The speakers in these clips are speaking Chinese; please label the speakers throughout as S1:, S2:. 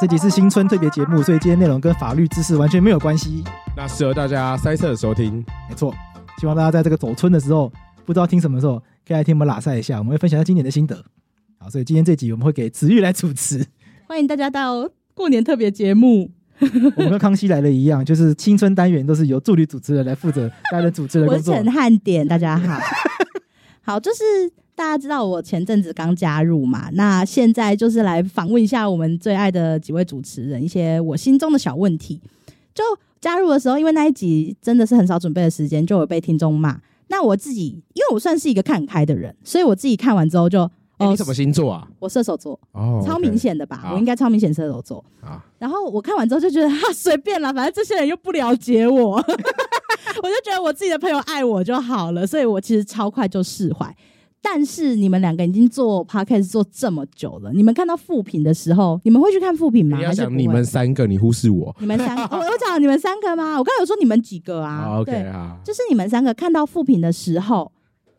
S1: 这集是新春特别节目，所以今天内容跟法律知识完全没有关系。
S2: 那适合大家塞车的时候听。
S1: 没错，希望大家在这个走春的时候，不知道听什么的时候，可以来听我们拉塞一下，我们会分享一下今年的心得。好，所以今天这集我们会给子玉来主持。
S3: 欢迎大家到过年特别节目，
S1: 我们跟康熙来了一样，就是青春单元都是由助理主持人来负责担任主持人的工
S3: 我是
S1: 作。
S3: 陈汉典，大家好。好，就是大家知道我前阵子刚加入嘛，那现在就是来访问一下我们最爱的几位主持人一些我心中的小问题。就加入的时候，因为那一集真的是很少准备的时间，就有被听众骂。那我自己，因为我算是一个看开的人，所以我自己看完之后就，
S2: 哎
S3: 哦，
S2: 你什么星座啊？
S3: 我射手座，
S2: 哦
S3: 超明显的吧？
S2: 好
S3: 我应该超明显射手座。
S2: 啊！
S3: 然后我看完之后就觉得 哈随便啦，反正这些人又不了解我，我 就觉得我自己的朋友爱我就好了，所以我其实超快就释怀。但是你们两个已经做 podcast 做这么久了，你们看到副评的时候，你们会去看副评吗？
S2: 你要
S3: 还是
S2: 想
S3: 不
S2: 你
S3: 会
S2: 们三个，你忽视我。
S3: 你们三个，我我讲你们三个吗？我刚才有说你们几个啊？
S2: 好 OK
S3: 对，
S2: 啊，
S3: 就是你们三个看到副评的时候，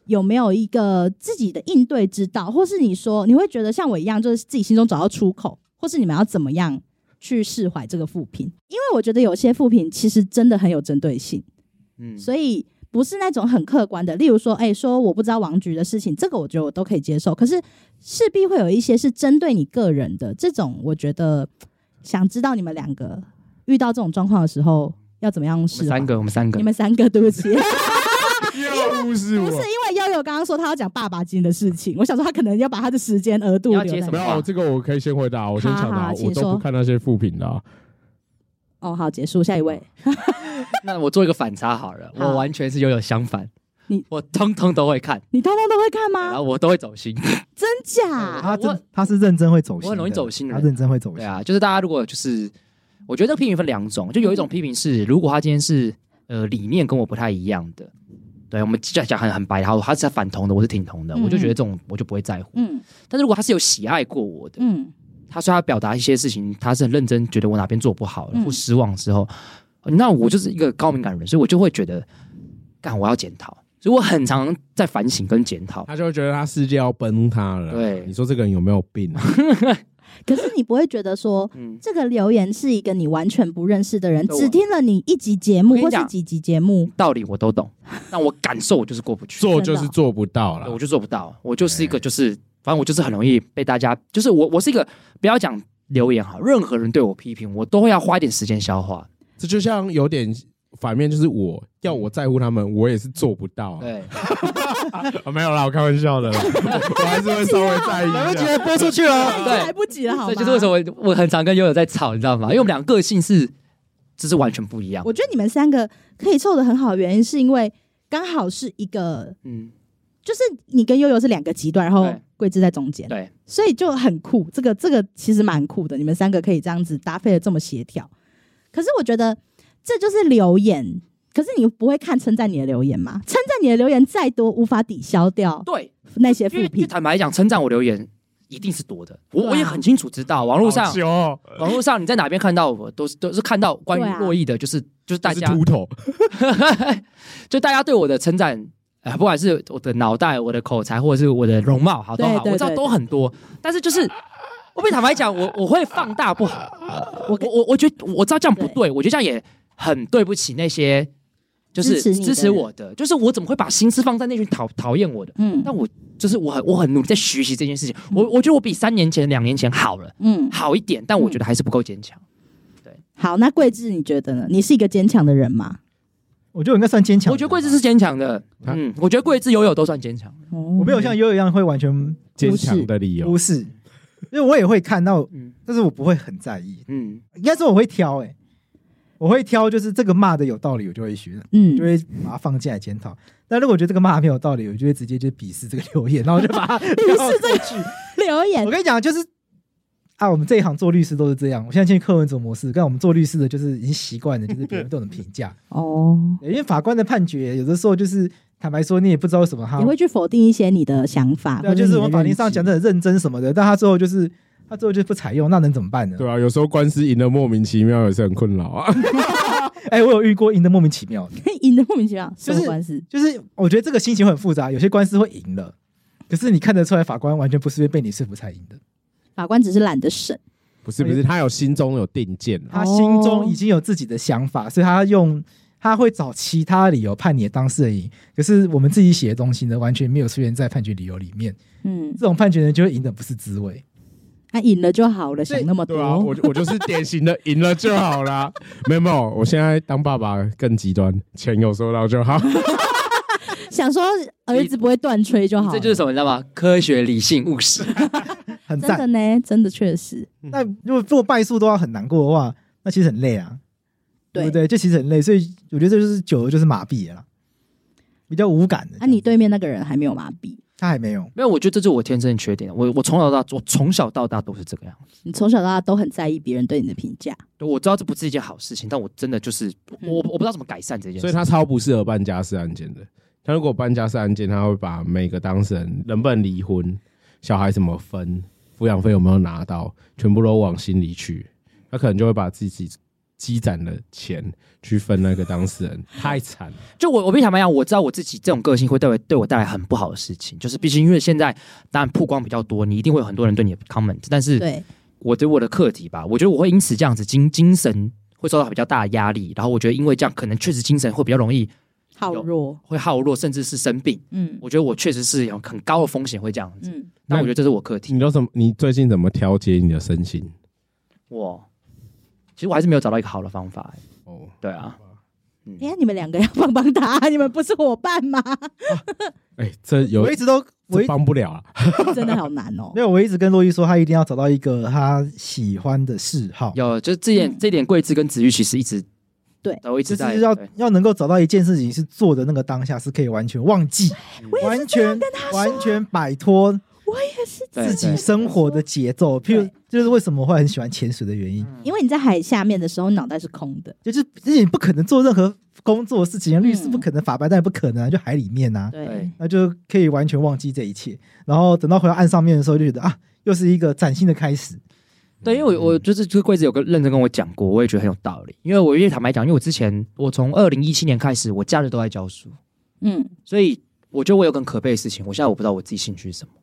S3: 有没有一个自己的应对之道，或是你说你会觉得像我一样，就是自己心中找到出口，或是你们要怎么样去释怀这个负评？因为我觉得有些负评其实真的很有针对性，
S2: 嗯，
S3: 所以不是那种很客观的。例如说，哎、说我不知道王局的事情，这个我觉得我都可以接受，可是势必会有一些是针对你个人的，这种我觉得想知道你们两个遇到这种状况的时候要怎么样
S4: 我
S3: 释
S4: 们
S3: 怀
S4: 三。个，我们三个
S3: 你，们三个，对不 起，
S2: 又忽视
S3: 不
S2: 我
S3: 是因。为悠悠刚刚说他要讲爸爸经的事情，我想说他可能要把他的时间额度留
S4: 你要
S3: 在
S4: 接什
S2: 没
S4: 么
S2: 有，这个我可以先回答，我先抢
S3: 好
S2: 答，
S3: 好
S2: 我
S3: 请
S2: 都
S3: 说
S2: 不看那些副评的啊。
S3: 哦，好，结束，下一位，
S4: 那我做一个反差好了，
S3: 好
S4: 我完全是悠悠相反，
S3: 你
S4: 我通通都会看，
S3: 你通通都会看
S4: 然
S3: 吗？
S4: 后我都会走心，
S3: 真假？
S1: 他
S4: 我
S1: 真他是认真会走心的，
S4: 我很容易走心的
S1: 他
S4: 人
S1: 认真会走
S4: 对
S1: 心。
S4: 啊，就是大家如果就是，我觉得这个批评分两种，就有一种批评是，如果他今天是呃理念跟我不太一样的，对我们讲讲很很白，然后他是在反同的，我是挺同的，
S3: 嗯
S4: 我就觉得这种我就不会在乎。
S3: 嗯
S4: 但是如果他是有喜爱过我的，
S3: 嗯，
S4: 他说他表达一些事情，他是很认真，觉得我哪边做不好了
S3: 嗯
S4: 或失望之后，那我就是一个高敏感人，所以我就会觉得，干我要检讨，所以我很常在反省跟检讨。
S2: 他就会觉得他世界要崩塌了。
S4: 对
S2: 你说这个人有没有病啊？
S3: 可是你不会觉得说。
S4: 嗯，
S3: 这个留言是一个你完全不认识的人，
S4: 对我
S3: 只听了你一集节目
S4: 我跟
S3: 或
S4: 你讲
S3: 是几集节目，
S4: 道理我都懂，但我感受我就是过不去。
S2: 做就是做不到
S4: 对我
S2: 了。
S4: 就做不到，我就是一个就是，反正我就是很容易被大家，就是我我是一个不要讲留言哈，任何人对我批评，我都会要花一点时间消化。
S2: 这就像有点反面，就是我要我在乎他们，我也是做不到啊。
S4: 对，
S2: 啊，没有啦，我开玩笑的啦，我还是会稍微在意一下。
S4: 得播出去了，
S3: 已经来
S4: 对，
S3: 不及了，好
S4: 所
S3: 吗？
S4: 以就是为什么我我很常跟悠悠在吵，你知道吗？因为我们两个个性是，就是完全不一样。
S3: 我觉得你们三个可以凑得很好，的原因是因为刚好是一个，
S4: 嗯，
S3: 就是你跟悠悠是两个极端，然后
S4: 对
S3: 桂枝在中间，
S4: 对，
S3: 所以就很酷。这个这个其实蛮酷的，你们三个可以这样子搭配的这么协调。可是我觉得这就是留言，可是你不会看称赞你的留言吗？称赞你的留言再多，无法抵消掉
S4: 对，
S3: 那些
S4: 因为
S3: 负
S4: 因为
S3: 评。
S4: 坦白讲，称赞我留言一定是多的，我
S3: 对啊
S4: 我也很清楚知道，网络上
S2: 好糗哦
S4: 网络上你在哪边看到我，都是都是看到关于
S3: 对啊
S4: 洛邑的，就是就是大
S2: 是
S4: 家
S2: 秃头，
S4: 就大家对我的称赞，呃，不管是我的脑袋、我的口才，或者是我的容貌，好都好，
S3: 对对
S4: 我知道
S3: 对
S4: 都很多。但是就是，我被坦白讲，我我会放大不好。我我我觉得我知道这样不对，我觉得这样也很对不起那些就
S3: 支
S4: 是
S3: 持你的人
S4: 支持我的，就是我怎么会把心思放在那群讨讨厌我的？
S3: 嗯
S4: 但我就是我很我很努力在学习这件事情，我我觉得我比三年前、两年前好了，
S3: 嗯，
S4: 好一点，但我觉得还是不够坚强。
S3: 好，那桂枝你觉得呢？你是一个坚强的人吗？
S1: 我觉得我应该算坚强。
S4: 我觉得桂枝是坚强的，
S2: 啊
S4: 嗯，我觉得桂枝友友都算坚强。
S3: 我
S1: 我没有像悠悠一样会完全
S2: 坚强的理由
S1: 忽视，因为我也会看到，
S4: 嗯
S1: 但是我不会很在意。
S4: 嗯，
S1: 应该说我会挑，哎，我会挑，就是这个骂的有道理，我就会学，
S3: 嗯
S1: 就，会把它放进来检讨。但如果我觉得这个骂没有道理，我就会直接就鄙视这个留言，然后我就把 它
S3: 鄙视这句留言
S1: 我跟你讲，就是啊，我们这一行做律师都是这样。我现在进柯文哲模式，但我们做律师的就是已经习惯了，就是别人对我们评 价。
S3: 哦，
S1: 对因为法官的判决有的时候就是坦白说，你也不知道为什么他
S3: 也，会去否定一些你的想法，
S1: 对啊，
S3: 或者
S1: 就是
S3: 你
S1: 我们
S3: 的
S1: 法
S3: 认
S1: 庭上
S3: 知
S1: 讲的很认真什么的，但他最后就是他最后就不采用，那能怎么办呢？
S2: 对啊，有时候官司赢得莫名其妙也是很困扰啊。
S1: 哎、我有遇过赢的莫名其妙的，
S3: 赢的莫名其妙，什
S1: 就
S3: 么
S1: 是
S3: 官司？
S1: 就是我觉得这个心情会很复杂，有些官司会赢了，可是你看得出来，法官完全不是被你说服才赢的，
S3: 法官只是懒得审，
S2: 不是不是，他有心中有定见啊了，
S1: 他心
S3: 哦
S1: 中已经有自己的想法，所以他用他会找其他理由判你的当事人赢。可是我们自己写的东西呢，完全没有出现在判决理由里面，
S3: 嗯，
S1: 这种判决呢就会赢的不是滋味。
S3: 他赢了就好了，
S1: 所以
S3: 想那么
S2: 对啊，我
S3: 多，
S2: 我就是典型的赢了就好 啦。没有没有，我现在当爸爸更极端，钱有收到就 好。
S3: 想说儿子不会断吹就好了，
S4: 这就是什么，你知道吗？科学、理性、务实。
S1: 很
S3: 真的
S1: 赞。
S3: 呢，真的确实，
S1: 那如果做败诉都要很难过的话，那其实很累啊，对
S3: 对
S1: 不对？这其实很累，所以我觉得这就是久了就是麻痹了啦，比较无感的。
S3: 啊，你对面那个人还没有麻痹，
S1: 他还没有，
S4: 没有，我觉得这就是我天生的缺点。我我从小到大，我从小到大都是这个样子。
S3: 你从小到大都很在意别人对你的评价，
S4: 对我知道这不是一件好事情，但我真的就是我我不知道怎么改善这件事。
S2: 所以他超不适合办家事案件的。他如果办家事案件，他会把每个当事人能不能离婚、小孩怎么分、抚养费有没有拿到，全部都往心里去。他可能就会把自己积攒的钱去分那个当事人，太惨了。
S4: 就我我必须坦白讲，我知道我自己这种个性会对我对我带来很不好的事情，就是毕竟因为现在当然曝光比较多，你一定会有很多人对你的 comment，但是
S3: 对，
S4: 我对我的课题吧，我觉得我会因此这样子精精神会受到比较大的压力，然后我觉得因为这样可能确实精神会比较容易
S3: 好弱，
S4: 会耗弱，甚至是生病。
S3: 嗯
S4: 我觉得我确实是有很高的风险会这样子，
S3: 嗯，
S4: 但我觉得这是我课题。
S2: 你都怎么？你最近怎么调节你的身心？
S4: 我其实我还是没有找到一个好的方法、欸
S2: 哦，
S4: 对啊，
S3: 哎、你们两个要帮帮他，你们不是伙伴吗？
S2: 哎，这有
S1: 我一直都我
S2: 这
S1: 一
S2: 帮不了啊。
S3: 真的好难哦
S1: 没。有，我一直跟洛伊说，他一定要找到一个他喜欢的嗜好，
S4: 有就是这点、这点桂枝跟子玉其实一直
S3: 对
S4: 我一
S1: 就
S4: 直在
S1: 是要
S4: 对
S1: 要能够找到一件事情是做的那个当下是可以完全忘记，完全完全摆脱
S3: 我也是，
S4: 对
S1: 自己
S4: 对
S1: 生活的节奏。譬如
S3: 对，嗯
S1: 就是为什么会很喜欢潜水的原因，
S3: 因为你在海下面的时候，脑袋是空的，
S1: 就是你不可能做任何工作的事情，律师
S3: 嗯
S1: 不可能，法白但也不可能啊，就海里面呐、啊，
S3: 对
S4: 对，
S1: 那就可以完全忘记这一切。然后等到回到岸上面的时候，就觉得啊，又是一个崭新的开始。
S4: 对，因为我我就是这个柜子有个认真跟我讲过，我也觉得很有道理。因为我因为坦白讲，因为我之前我从二零一七年开始，我假日都在教书，
S3: 嗯
S4: 所以我觉得我有个很可悲的事情，我现在我不知道我自己兴趣是什么，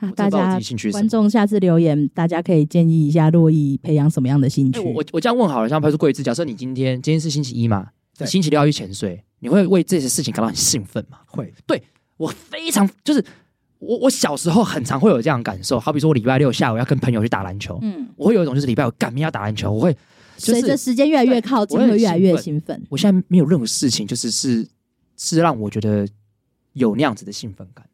S3: 啊，
S4: 我真的
S3: 大
S4: 不知道我
S3: 家
S4: 自己兴趣是什
S3: 观
S4: 么。
S3: 众下次留言，大家可以建议一下洛伊培养什么样的兴
S4: 哎、
S3: 趣。
S4: 我我我这样问好了，像拍出桂枝，假设你今天今天是星期一嘛，
S1: 对
S4: 你星期六要去潜水，你会为这些事情感到很兴奋吗？
S1: 会，
S4: 我非常就是我我小时候很常会有这样的感受，好比说我礼拜六下午要跟朋友去打篮球，
S3: 嗯，
S4: 我会有一种就是礼拜我干明要打篮球，我会就
S3: 随着
S4: 是
S3: 时间越来越靠近，
S4: 我很
S3: 会越来越兴
S4: 兴
S3: 奋。
S4: 我现在没有任何事情就是是是让我觉得有那样子的兴奋感。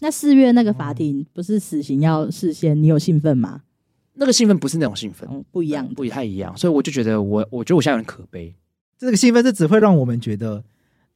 S3: 那四月那个法庭不是死刑要事先，你有兴奋吗？
S4: 那个兴奋不是那种兴奋，
S3: 嗯，不一
S4: 一
S3: 样的。
S4: 不太一样，所以我就觉得我，我觉得我现在有点可悲。
S1: 这个兴奋，这只会让我们觉得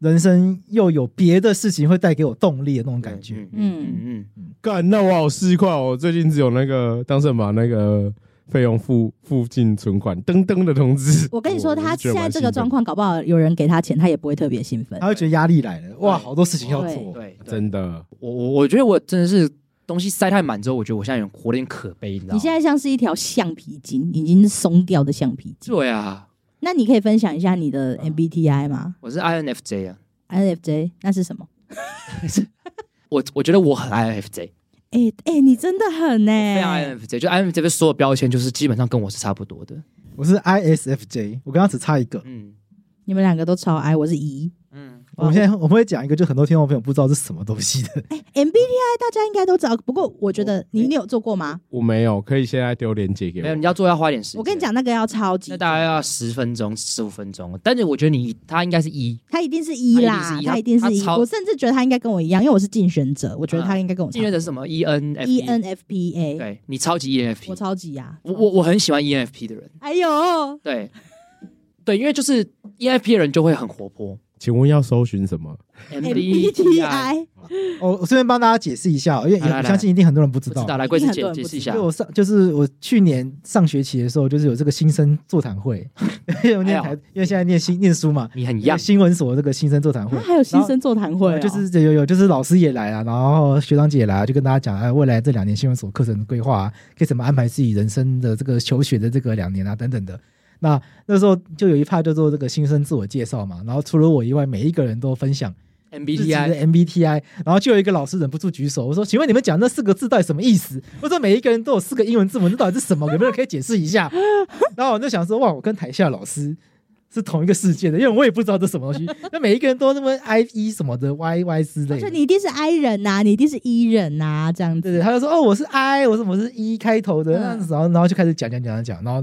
S1: 人生又有别的事情会带给我动力的那种感觉。
S4: 嗯嗯，
S2: 干，那我好失快哦！我最近只有那个当事人把那个费用付付进存款噔噔的通知。
S3: 我跟你说，
S2: 我
S3: 他
S2: 我
S3: 现
S2: 觉得
S3: 在
S2: 蛮
S3: 这个
S2: 兴奋
S3: 状况，搞不好有人给他钱，他也不会特别兴奋
S1: 他。会觉得压力来了，哇，好多事情要
S3: 对
S1: 做。
S4: 对，真
S2: 真的，
S4: 我我我觉得我真的是东西塞太满之后，我觉得我现在有点活得有点可悲，你知道吗？
S3: 你现在像是一条橡皮筋，已经是松掉的橡皮筋。
S4: 对啊，
S3: 那你可以分享一下你的 MBTI 吗
S4: 我是 INFJ 啊，
S3: ？INFJ 那是什么？
S4: 我我觉得我很 INFJ，
S3: 哎、哎、你真的很欸呢、
S4: 非常 INFJ，就 INFJ 所有标签就是基本上跟我是差不多的。
S1: 我是 ISFJ，我刚刚只差一个。
S4: 嗯
S3: 你们两个都超 I，我是 E。
S4: 嗯，
S1: 我们现在我们会讲一个，就很多听众朋友不知道是什么东西的。
S3: MBTI 大家应该都知道，不过我哎觉得你你有做过吗？
S2: 我没有，可以现在丢链接给
S4: 没有，
S2: 我。
S4: 你要做要花一点时间。
S3: 我跟你，讲，那个要超级
S4: 那，大概要十分钟、十五分钟，但是我觉得你他应该是一。
S3: 他一定是 E 啦，他
S4: 他
S3: 一
S4: 一
S3: 定
S4: 定是 E，
S3: 是 E。
S4: 他超嗯
S3: 我甚至觉得他应该跟我一样，因为我是竞选者，我觉得他应该跟我差
S4: 竞选者是什么？ENFP。？E
S3: E ENFPA，
S4: 对你超级 E ENFP，
S3: 我超级呀、
S4: 我我我很喜欢 E ENFP 的人，
S3: 哎呦，
S4: 对，对，因为就是 E ENFP 的人就会很活泼
S2: 请问要搜寻什么？
S3: 哎
S1: 哦
S3: MBTI
S4: 嗯
S1: 我我顺便帮大家解释一下哦，因为
S4: 来来
S1: 我相信一定很多人不知
S4: 不
S1: 道
S4: 知。道，来，桂子
S3: 一定
S4: 解
S3: 很多人
S4: 解
S3: 不
S4: 释一
S3: 知
S4: 下
S1: 就。我上就是我去年上学期的时候，就是有这个新生座谈会， 因为我念台，
S4: 哎呦
S1: 因为现在念新念书嘛，
S4: 你很
S1: 有
S4: 样，啊
S1: 新闻所这个新生座谈会
S3: 他，还有新生座谈会、哦，
S1: 就是有有有，就是老师也来了，然后学长姐也来啊，就跟大家讲，哎，未来这两年新闻所课程规划、啊，可以怎么安排自己人生的这个求学的这个两年啊，等等的。那那时候就有一趴就做这个新生自我介绍嘛，然后除了我以外，每一个人都分享
S4: MBTI
S1: MBTI，然后就有一个老师忍不住举手，我说：“请问你们讲那四个字到底什么意思？”我说：“每一个人都有四个英文字母，这到底是什么？有没有人可以解释一下？”然后我就想说：“哇，我跟台下老师 是同一个世界的，因为我也不知道这什么东西。那每一个人都那么 I E 什么的 Y Y 之类
S3: 就
S1: 的。”
S3: 哦你一定是 I 人呐、你一定是 E 人呐、这样
S1: 对
S3: 子。
S1: 对，他就说哦，我是 I，我什么是 E 开头的，
S3: 嗯
S1: 然后然后就开始讲讲讲讲，然后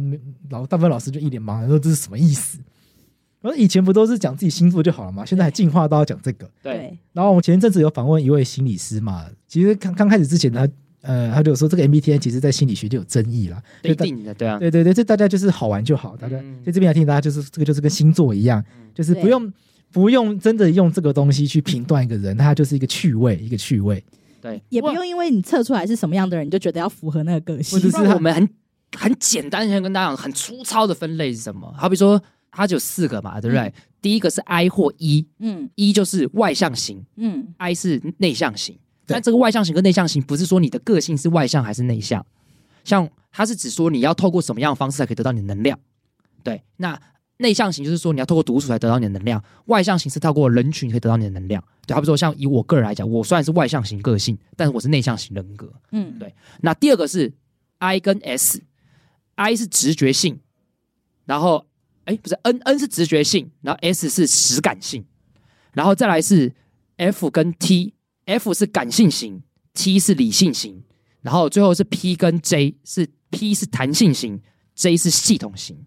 S1: 老大部分老师就一脸茫然，说这是什么意思？然后以前不都是讲自己星座就好了嘛，现在还进化到要讲这个。
S4: 对，
S1: 然后我们前一阵子有访问一位心理师嘛，其实刚刚开始之前他呃他就说这个 MBTI 其实在心理学就有争议啦，
S4: 一
S1: 就大
S4: 定的，对啊，
S1: 对对对，这大家就是好玩就好，大家
S4: 嗯
S1: 就这边来听大家就是这个就是跟星座一样，就是不
S3: 对
S1: 用不用真的用这个东西去评断一个人，他就是一个趣味一个趣味，
S4: 对，
S3: 也不用因为你测出来是什么样的人，你就觉得要符合那个个性
S1: 或。者
S4: 就是是啊
S1: 他
S4: 我们很很简单，先跟大家讲很粗糙的分类是什么？好比说，它就有四个嘛，对不对？第一个是 I 或 E，E
S3: 嗯
S4: 就是外向型
S3: 嗯，
S4: ，I 是内向型。
S1: 对
S4: 但这个外向型跟内向型，不是说你的个性是外向还是内向，像它是指说你要透过什么样的方式才可以得到你的能量。对，那内向型就是说你要透过独处才得到你的能量，外向型是透过人群可以得到你的能量。对，好比说像以我个人来讲，我虽然是外向型个性，但是我是内向型人格。
S3: 嗯，
S4: 对那第二个是 I 跟 S，I 是直觉性，然后哎不是 N N 是直觉性，然后 S 是实感性，然后再来是 F 跟 T，F 是感性型，T 是理性型，然后最后是 P 跟 J 是 P 是弹性型，J 是系统型。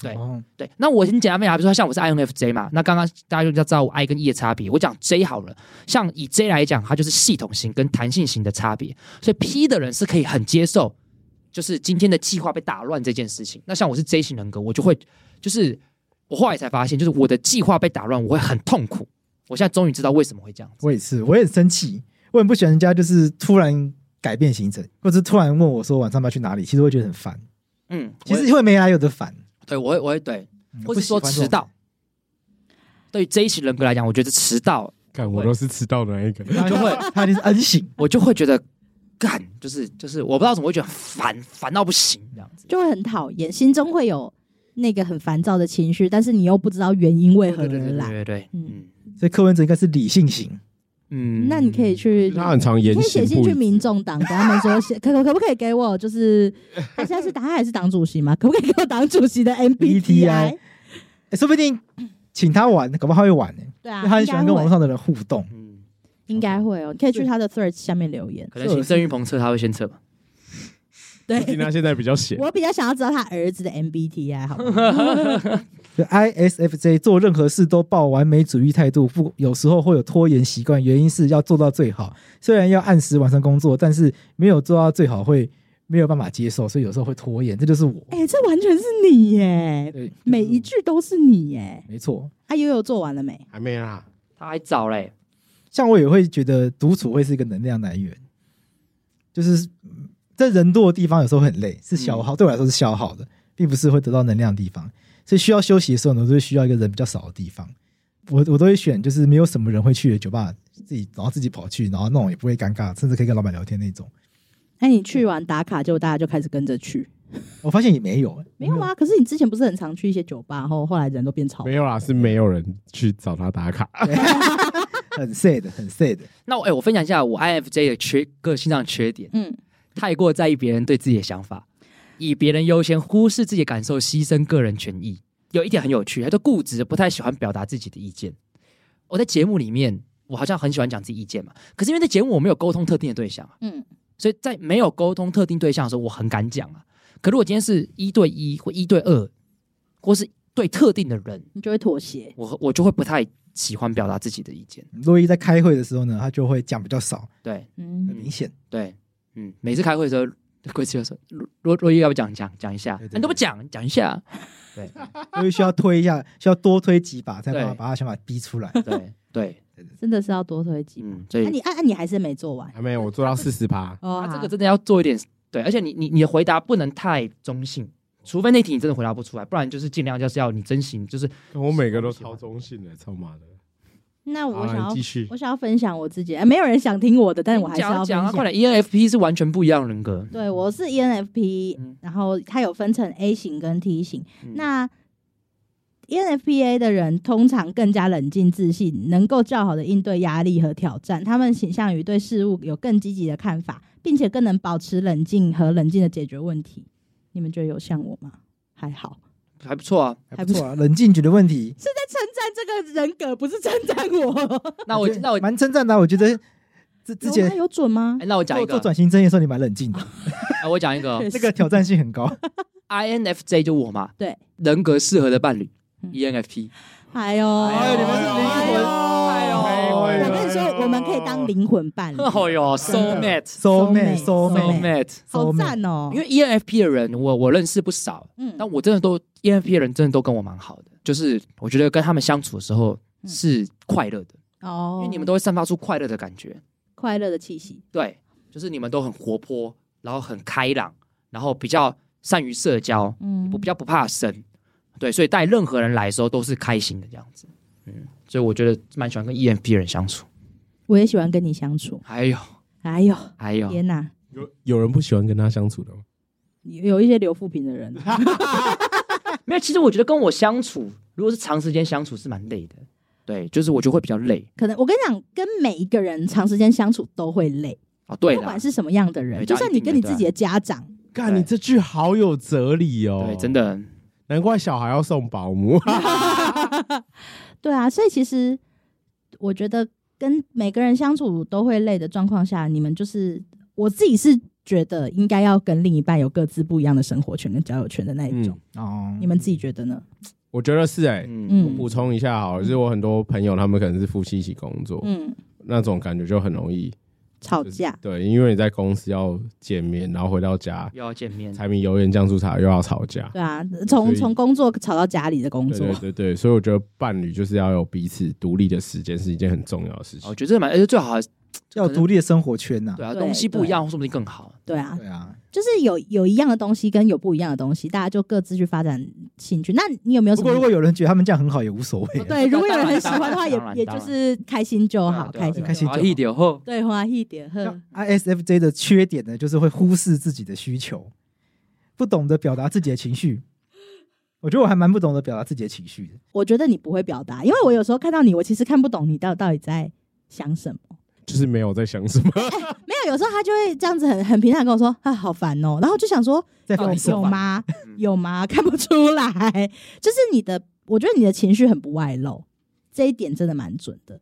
S4: 对
S1: 哦
S4: 对，那我先简单分享，比如说像我是 INFJ 嘛，那刚刚大家就知道我 I 跟 E 的差别。我讲 J 好了，像以 J 来讲，它就是系统型跟弹性型的差别，所以 P 的人是可以很接受，就是今天的计划被打乱这件事情。那像我是 J 型人格，我就会就是我后来才发现，就是我的计划被打乱，我会很痛苦。我现在终于知道为什么会这样子。
S1: 我也是，我也很生气，我很不喜欢人家就是突然改变行程，或者突然问我说晚上要不要去哪里，其实会觉得很烦，
S4: 嗯，
S1: 其
S4: 我
S1: 实
S4: 也
S1: 会没来由的烦，
S4: 对我会我会对，
S1: 嗯
S4: 或是说迟，到。对于 J 型人格来讲，我觉得迟到
S2: 看我都是迟到的那一个
S1: 不，喜欢这
S4: 就
S1: 种
S4: 会
S1: 人 他一定是 N 型，
S4: 我就会觉得干，就是就是，我不知道怎么会觉得很烦，烦到不行这样子。
S3: 就会很讨厌，心中会有那个很烦躁的情绪，但是你又不知道原因为何而
S4: 对
S3: 来。
S4: 对对，嗯
S3: 嗯
S1: 所以柯文哲应该是理性型，
S4: 嗯
S3: 那你可以去，
S2: 他很常
S3: 你
S2: 言
S3: 可以
S2: 行
S3: 写信
S2: 不
S3: 去
S2: 一。
S3: 民众党，跟他们说，写可可可不可以给我，就是他现在是党他还是党主席嘛？可不可以给我党主席的 MBTI？
S1: 诶说不定请他玩，搞不好他会玩呢、
S3: 对
S1: 因
S3: 啊，
S1: 为他很喜欢
S3: 应该
S1: 跟
S3: 会
S1: 网络上的人互动。
S4: 嗯，
S3: 应该会哦，你可以去他的 Threads 下面留言。
S4: 可能请郑云鹏测，他会先测吧。
S3: 对，
S2: 听他现在比较闲，
S3: 我比较想要知道他儿子的 MBTI，好吗？
S1: 就 ISFJ 做任何事都抱完美主义态度，不有时候会有拖延习惯，原因是要做到最好。虽然要按时完成工作，但是没有做到最好会没有办法接受，所以有时候会拖延。这就是我，
S3: 哎、这完全是你耶，
S1: 对，
S3: 每一句都是你耶。
S1: 没错。
S3: 啊，悠悠做完了没？
S2: 还没啦。
S4: 他还早嘞，
S1: 像我也会觉得独处会是一个能量来源，就是嗯在人多的地方有时候很累，是消耗，对我来说是消耗的，并不是会得到能量的地方。所以需要休息的时候呢，我都会需要一个人比较少的地方。我我都会选就是没有什么人会去的酒吧，自己然后自己跑去，然后那种也不会尴尬，甚至可以跟老板聊天那种。
S3: 那、哎你去完打卡，结果大家就开始跟着去，
S1: 我发现也没有、
S3: 没有？啊吗？可是你之前不是很常去一些酒吧，然后后来人都变吵
S2: 没。有啦，是没有人去找他打卡。
S1: 很 sad，很 sad。
S4: 那我哎、我分享一下我 INFJ 的缺个性上的缺点：
S3: 嗯，
S4: 太过在意别人对自己的想法，以别人优先，忽视自己的感受，牺牲个人权益。有一点很有趣，他就固执，不太喜欢表达自己的意见。我在节目里面，我好像很喜欢讲自己意见嘛，可是因为在节目我没有沟通特定的对象啊，
S3: 嗯，
S4: 所以在没有沟通特定对象的时候，我很敢讲啊。可如果今天是一对一或一对二，或是对特定的人，
S3: 你就会妥协。
S4: 我我就会不太喜欢表达自己的意见。
S1: 洛伊在开会的时候呢，他就会讲比较少，
S4: 对
S1: 很
S3: 嗯，
S1: 明显。
S4: 对，嗯，每次开会的时候， 贵司就说：“若若若叶要不讲讲讲一下，
S1: 对对
S4: 啊你都不讲讲一下。
S1: 所以需要推一下，需要多推几把，才把
S4: 对
S1: 把他想法逼出来。
S4: 对”对
S3: 真的是要多推几步。
S4: 嗯，所
S3: 那、
S4: 以
S3: 你按、啊、你还是没做完
S2: 还没有，我做到四十趴。
S3: 哦
S4: 他啊这
S3: 好
S4: 个真的要做一点对，而且你你你的回答不能太中性，除非那题你真的回答不出来，不然就是尽量就是要你真心，就是
S2: 我每个都超中性的，超妈的。
S3: 那我想
S2: 好，
S3: 要
S2: 啊你继续
S3: 我。想要分享我自己、哎没有人想听我的，但我还是
S4: 讲
S3: 要
S4: 啊
S3: 分
S4: 讲啊，
S3: 享。
S4: 快点！ENFP 是完全不一样的人格，
S3: 对，我是 E ENFP，、
S4: 嗯
S3: 然后它有分成 A 型跟 T 型。
S4: 嗯
S3: 那 ENFPA 的人通常更加冷静自信，能够较好的应对压力和挑战。他们倾向于对事物有更积极的看法，并且更能保持冷静和冷静的解决问题。你们觉得有像我吗？还好，
S4: 还不错啊。
S1: 还不错啊，冷静解决问题。
S3: 是在称赞这个人格，不是称赞我。
S4: 那我
S1: 觉得
S4: 那我
S1: 蛮称赞的啊，我觉得之之
S3: 有
S1: 前
S3: 吗有准吗
S4: 哎？那我讲一
S1: 做
S4: 个
S1: 做，转型正业的时候，你蛮冷静的，
S4: 啊我讲一个
S3: 确
S1: 这
S3: 实
S1: 个挑战性很高。
S4: INFJ 就我嘛，
S3: 对，
S4: 人格适合的伴侣，E
S3: 嗯
S4: ENFP，
S3: 哎呦，
S1: 哎你们是灵魂
S4: 哎呦哎呦
S3: 我跟你说，我们可以当灵魂伴
S1: 嗯
S3: 侣，
S4: 哦哟，soul
S1: soul
S4: mate，soul
S3: mate，
S1: soul
S3: soul
S1: mate，
S4: mate，
S3: 好赞哦！
S4: 因为 E ENFP 的人，我我认识不少，
S3: 嗯
S4: 但我真的都，E ENFP 的人真的都跟我蛮好的，就是我觉得跟他们相处的时候
S3: 嗯
S4: 是快乐的，
S3: 哦
S4: 因为你们都会散发出快乐的感觉。
S3: 快乐的气息，
S4: 对，就是你们都很活泼，然后很开朗，然后比较善于社交，
S3: 嗯
S4: 不比较不怕生。对，所以带任何人来的时候都是开心的这样子。嗯，所以我觉得蛮喜欢跟 E ENFP 人相处。
S3: 我也喜欢跟你相处。
S4: 还有
S3: 哎呦，
S4: 还有，
S3: 天哪，
S2: 有有人不喜欢跟他相处的吗？
S3: 有有一些留富平的人，
S4: 没有，其实我觉得跟我相处，如果是长时间相处是蛮累的。对，就是我觉得会比较累
S3: 可能我跟你讲，跟每一个人长时间相处都会累，
S4: 啊。对
S3: 不
S4: 啦
S3: 管，是什么样的人，
S4: 对
S3: 就算你跟你自己的家长，
S2: 干，你这句好有哲理哦！
S4: 对，真，的
S2: 难怪小孩要送保 姆。
S3: 对啊，所以其实我觉得跟每个人相处都会累的状况下，你们就是我自己是觉得应该要跟另一半有各自不一样的生活圈跟交友圈的那一种，
S2: 嗯，
S1: 哦，
S3: 你们自己觉得呢？
S2: 我觉得是哎、
S4: 嗯，
S3: 嗯
S2: 补充一下好了，就是我很多朋友他们可能是夫妻一起工作，
S3: 嗯，
S2: 那种感觉就很容易
S3: 吵
S2: 就是
S3: 架，
S2: 对，因为你在公司要见面，然后回到家，
S4: 又要见面，
S2: 柴米油盐酱醋茶又要吵架。
S3: 对啊，从
S2: 所以
S3: 从工作吵到家里的工
S2: 对
S3: 作
S2: 对，对对，所以我觉得伴侣就是要有彼此独立的时间是一件很重要的事情
S4: 哦我。觉得这蛮，而且最好还是
S1: 要有独立的生活圈呐
S4: 对。啊，
S3: 对
S4: 东西不一样，说不定更好。
S3: 对啊，
S1: 对啊，
S3: 就是有有一样的东西跟有不一样的东西，大家就各自去发展兴趣。那你有没有
S1: 不
S3: 什
S1: 过
S3: 么？
S1: 如果有人觉得他们这样很好，也无所谓啊。
S3: 对，如果有人很喜欢的话，也
S4: 当然
S3: 也
S4: 当
S3: 就
S4: 然
S3: 是开心就好，
S4: 对啊
S3: 开
S4: 对
S3: 心
S4: 啊
S1: 开心就好
S4: 啊一点后，
S3: 对花一点呵
S1: 像，ISFJ 的缺点呢，就是会忽视自己的需求，不懂得表达自己的情绪。我觉得我还蛮不懂得表达自己的情绪的。
S3: 我觉得你不会表达，因为我有时候看到你，我其实看不懂你到到底在想什么。
S2: 就是没有在想什么，
S3: 没有，有时候他就会这样子很很平坦地跟我说啊，好烦哦、然后就想哦说
S1: 在
S4: 到
S1: 放
S4: 底
S1: 松
S3: 有
S1: 吧
S3: 吗
S4: 嗯？
S3: 有吗？看不出来，就是你的，我觉得你的情绪很不外露，这一点真的蛮准的，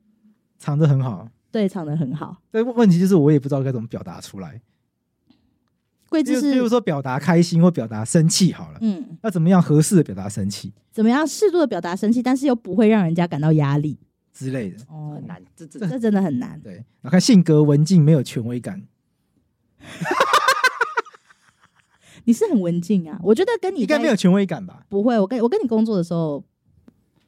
S1: 藏得很好，
S3: 对，唱的很好。
S1: 但问题就是我也不知道该怎么表达出来。
S3: 贵
S1: 就
S3: 志
S1: 是，比如
S3: 是
S1: 说表达开心或表达生气好了，
S3: 嗯。
S1: 要怎么样合适的表达生气
S3: 怎么样适度的表达生气，但是又不会让人家感到压力。
S1: 之类的。
S3: 哦
S4: 很，难，这这
S3: 这真的很难。
S1: 对，然后看性格文静，没有权威感，
S3: 你是很文静啊，我觉得跟你
S1: 应该
S3: 在
S1: 没有权威感吧？
S3: 不会。我跟我跟你工作的时候，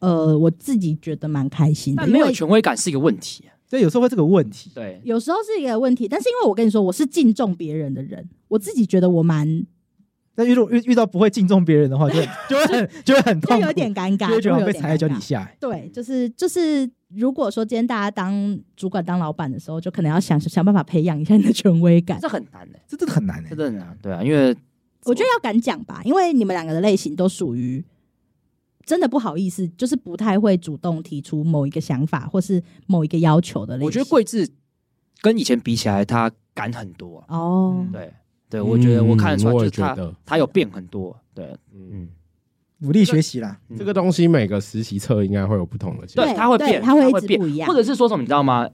S3: 呃，我自己觉得蛮开心的，
S4: 但没
S3: 因
S4: 有
S3: 为
S4: 权威感是一个问题。啊
S1: 所以有时候会这个问题。
S4: 对，
S3: 有时候是一个问题。但是因为我跟你说，我是敬重别人的人，我自己觉得我蛮
S1: 但遇到遇遇到不会敬重别人的话，就就会很就会很
S3: 就
S1: 痛苦，
S3: 有点尴尬，
S1: 就会觉得好像
S3: 有
S1: 被
S3: 点
S1: 踩在脚
S3: 尴尬
S1: 底下。欸
S3: 对，就是就是，如果说今天大家当主管、当老板的时候，就可能要想想办法培养一下你的权 威感。
S4: 这很难的，
S1: 这真的很难欸
S4: 这真的很难。对啊，因为
S3: 我觉得要敢讲吧，因为你们两个的类型都属于真的不好意思，就是不太会主动提出某一个想法或是某一个要求的类型。
S4: 我觉得桂智跟以前比起来，他敢很多啊。
S3: 哦，
S1: 嗯
S4: 对，对，我觉得我看得出
S2: 嗯
S4: 来，
S2: 我
S4: 就
S2: 也
S4: 是
S2: 觉
S4: 他
S2: 得
S4: 他有变很多。对，
S2: 嗯，
S4: 嗯，
S1: 努力学习啦。
S2: 这个东西每个实习册应该会有不同的结果。
S4: 对，他会
S3: 对
S4: 变，
S3: 他会一直
S4: 变
S3: 不一样
S4: 或者是说什么，你知道吗？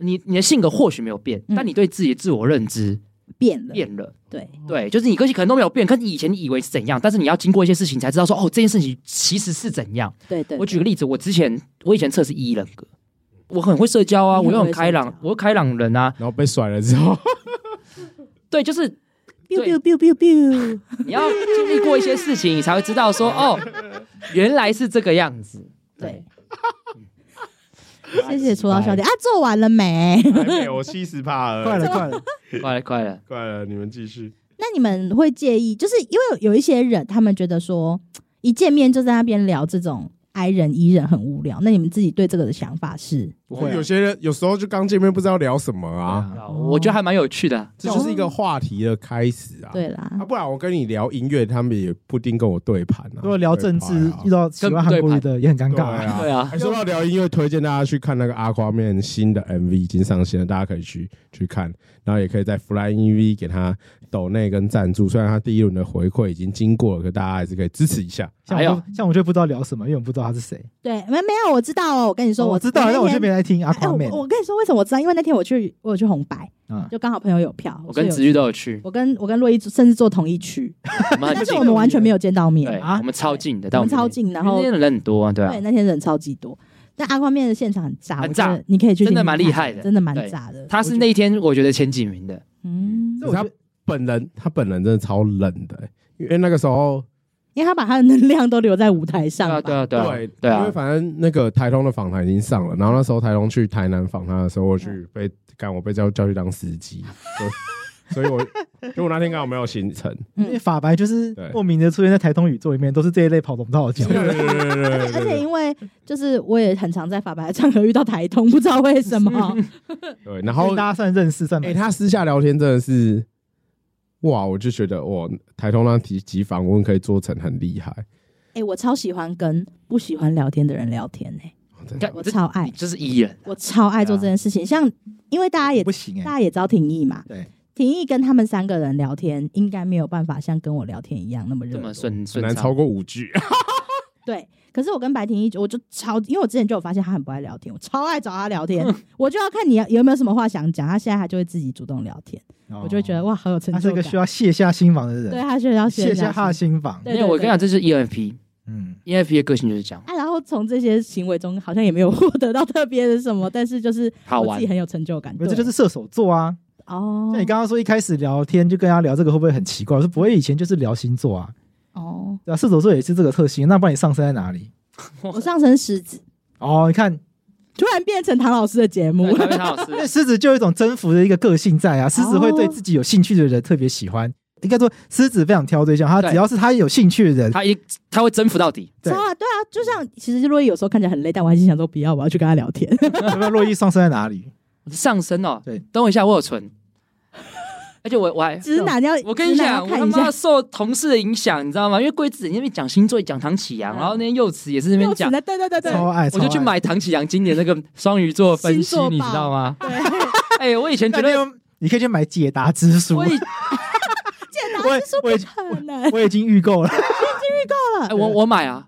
S4: 你你的性格或许没有变，
S3: 嗯
S4: 但你对自己的自我认知
S3: 变了，
S4: 变了。
S3: 对，
S4: 对，就是你个性可能都没有变，跟你以前以为是怎样，但是你要经过一些事情才知道说，哦，这件事情其实是怎样。
S3: 对对，
S4: 我举个例子，我之前我以前测试 E 人格，我很会社交啊，
S3: 你
S4: 我
S3: 很
S4: 又很
S3: 会
S4: 开
S3: 社
S4: 朗
S3: 交，
S4: 我又开朗人啊，
S2: 然后被甩了之后，
S4: 对，就是
S3: biu biu
S4: 对
S3: biu biu biu，
S4: 你要经历过一些事情，你才会知道说，哦，原来是这个样子。
S3: 对
S4: 对，
S3: 谢谢楚老小姐啊，做完了没？
S2: 还没，我七十趴 了，
S1: 快了，快 了，
S4: 快了快了，
S2: 快了，你们继续。
S3: 那你们会介意？就是因为有一些人，他们觉得说一见面就在那边聊这种 I 人 E 人很无聊。那你们自己对这个的想法是？
S1: 不会啊
S2: 有些人有时候就刚见面不知道聊什么啊，
S1: 对啊
S4: 啊我觉得还蛮有趣的啊。
S2: 这就是一个话题的开始啊。
S3: 对啦
S2: 啊，，不然我跟你聊音乐，他们也不一定跟我对盘啊。
S1: 如果聊政治，遇到喜欢韩国语的也很尴
S2: 对
S1: 尬
S2: 啊
S1: 啊。
S2: 对
S4: 对
S2: 啊。
S4: 啊
S2: 还，说到聊音乐，推荐大家去看那个阿夸面新的 MV 已经上线了，大家可以去去看，然后也可以在 Fly EV 给他抖内跟赞助。虽然他第一轮的回馈已经经过了，可大家还是可以支持一下。
S1: 像
S4: 还有
S1: 我就像我就不知道聊什么，因为我不知道他是谁。
S3: 对，没没有，我知道哦。我跟你说，
S1: 哦我知道，
S3: 那
S1: 但我
S3: 天
S1: 就没来听阿
S3: 哎
S1: 夸妹
S3: 我我跟你说为什么我知道，因为那天我去我有去红白，
S1: 啊。
S3: 就刚好朋友有票，
S4: 我
S3: 所以
S4: 跟子玉都有去，
S3: 我跟我跟洛伊甚至坐同一区，
S4: 我们很
S3: 但 是
S4: 近
S3: 哎我，们完全没有见到面
S4: 对，。
S1: 啊
S4: 我们超近的，
S3: 我
S4: 但
S3: 们
S4: 们
S3: 超近，然后
S4: 因为那天人很多啊，对啊
S3: 对，那天人超级多。但阿光面的现场很炸，我觉
S4: 很
S3: 得
S4: 炸
S3: 你可以去听听看，
S4: 真的蛮厉害的
S3: 真的蛮
S4: 对
S3: 炸的。
S4: 他是那一天我觉得前几名的，
S3: 嗯，
S1: 我觉
S2: 他
S1: 得
S2: 本人他本人真的超冷的、欸因为那个时候
S3: 因为他把他的能量都留在舞台上
S4: 对
S3: 吧，
S4: 啊，对啊，对啊，对
S2: 因
S4: 啊
S2: 为，反正那个台通的访谈已经上了，然后那时候台通去台南访他的时候，我
S4: 嗯
S2: 去被干，我被叫叫去当司机，所以所 以我因为我那天刚好没有行程，
S1: 因
S3: 嗯
S1: 为法白就是
S2: 对
S1: 莫名的出现在台通宇宙里面，都是这一类跑龙套的角
S2: 对
S1: 色。
S2: 对对对
S4: 啊
S2: 对
S3: 而且因为就是我也很常在法白的场合遇到台通，不知道为什么，
S2: 对，然
S1: 然
S2: 后
S1: 后大家算认识，算
S2: 哎、
S1: 蛮
S2: 他私下聊天真的是，哇，我就觉得哇，台通那几集访问可以做成很厉害，
S3: 哎、我超喜欢跟不喜欢聊天的人聊天呢、
S2: 真的
S4: 干
S3: 我
S4: 这
S3: 超爱
S4: 你，就是艺人，
S3: 我超爱做这件事情。像因为大家也
S4: 啊
S1: 不行
S3: 大
S1: 哎。
S3: 家也知道廷义嘛，
S1: 对，
S3: 廷义跟他们三个人聊天，应该没有办法像跟我聊天一样那么热
S4: 这
S3: 络
S4: 么顺
S2: 很
S4: 顺
S2: 难超
S4: 畅，
S2: 过五句。
S3: 对，可是我跟白廷义，我就超，因为我之前就有发现他很不爱聊天，我超爱找他聊天，
S1: 嗯
S3: 我就要看你有没有什么话想讲。他现在他就会自己主动聊天，我就会觉得
S1: 哦
S3: 哇，好有成
S1: 他是
S3: 就
S1: 一
S3: 感
S1: 个。需要卸下心防的
S3: 对，
S1: 人，
S3: 他需要
S1: 卸下他
S3: 他
S1: 的。心防。
S3: 对
S4: 因为我跟你讲，这是 E ENFP，ENFP
S1: 嗯，
S4: 的个性就是这样，
S3: 啊，然后从这些行为中，好像也没有 获得到特别的什么，但是就是
S4: 好
S3: 我
S4: 玩
S3: 自己很有成就感。
S1: 没有
S3: 对
S1: 这就是射手座啊。
S3: 哦，
S1: 像你刚刚说一开始聊天就跟他聊这个，会不会很奇怪？我说不会，以前就是聊星座啊，
S3: 哦，
S1: 对啊，射手座也是这个特性。那不然你上升在哪里？
S3: 我上升狮子，
S1: 哦，你看，
S3: 突然变成唐老师的节目
S4: 对，台北唐老
S1: 因为
S4: 师，
S1: 狮子就有一种征服的一个个性在啊，狮子会对自己有兴趣的人特别喜欢。应该说，狮子非常挑对象，他
S4: 对
S1: 只要是他有兴趣的 人，
S4: 他一他会征服到底，
S1: 对
S3: 超啊，对啊，就像其实洛伊有时候看起来很累，但我还是想说不要，我要去跟他聊天。
S1: 要不要洛伊上升在哪里？
S4: 上升哦，
S1: 对，
S4: 等我一下，我有存，而且我我还。
S3: 直男要，
S4: 我跟你
S3: 直男要
S4: 讲，我他
S3: 看一下
S4: 妈受同事的影响，你知道吗？因为贵子那边讲星座，讲唐启阳，
S3: 嗯
S4: 然后那天幼慈也是那边
S3: 幼
S4: 讲
S3: 稚，的对对对对，
S1: 超爱，
S4: 我就去
S1: 超爱。
S4: 买唐启阳今年那个双鱼座分析
S3: 星，座
S4: 你
S3: 报
S4: 知道吗？
S3: 对，
S1: 啊
S4: 哎、我以前觉
S1: 那
S4: 得，
S1: 天你可以去买解答之书
S4: 我，以
S3: 简
S1: 我
S3: 单
S1: 也
S3: 是说
S1: 我也
S3: 不可能。
S1: 我已经预购了。
S4: 哎、我我买啊，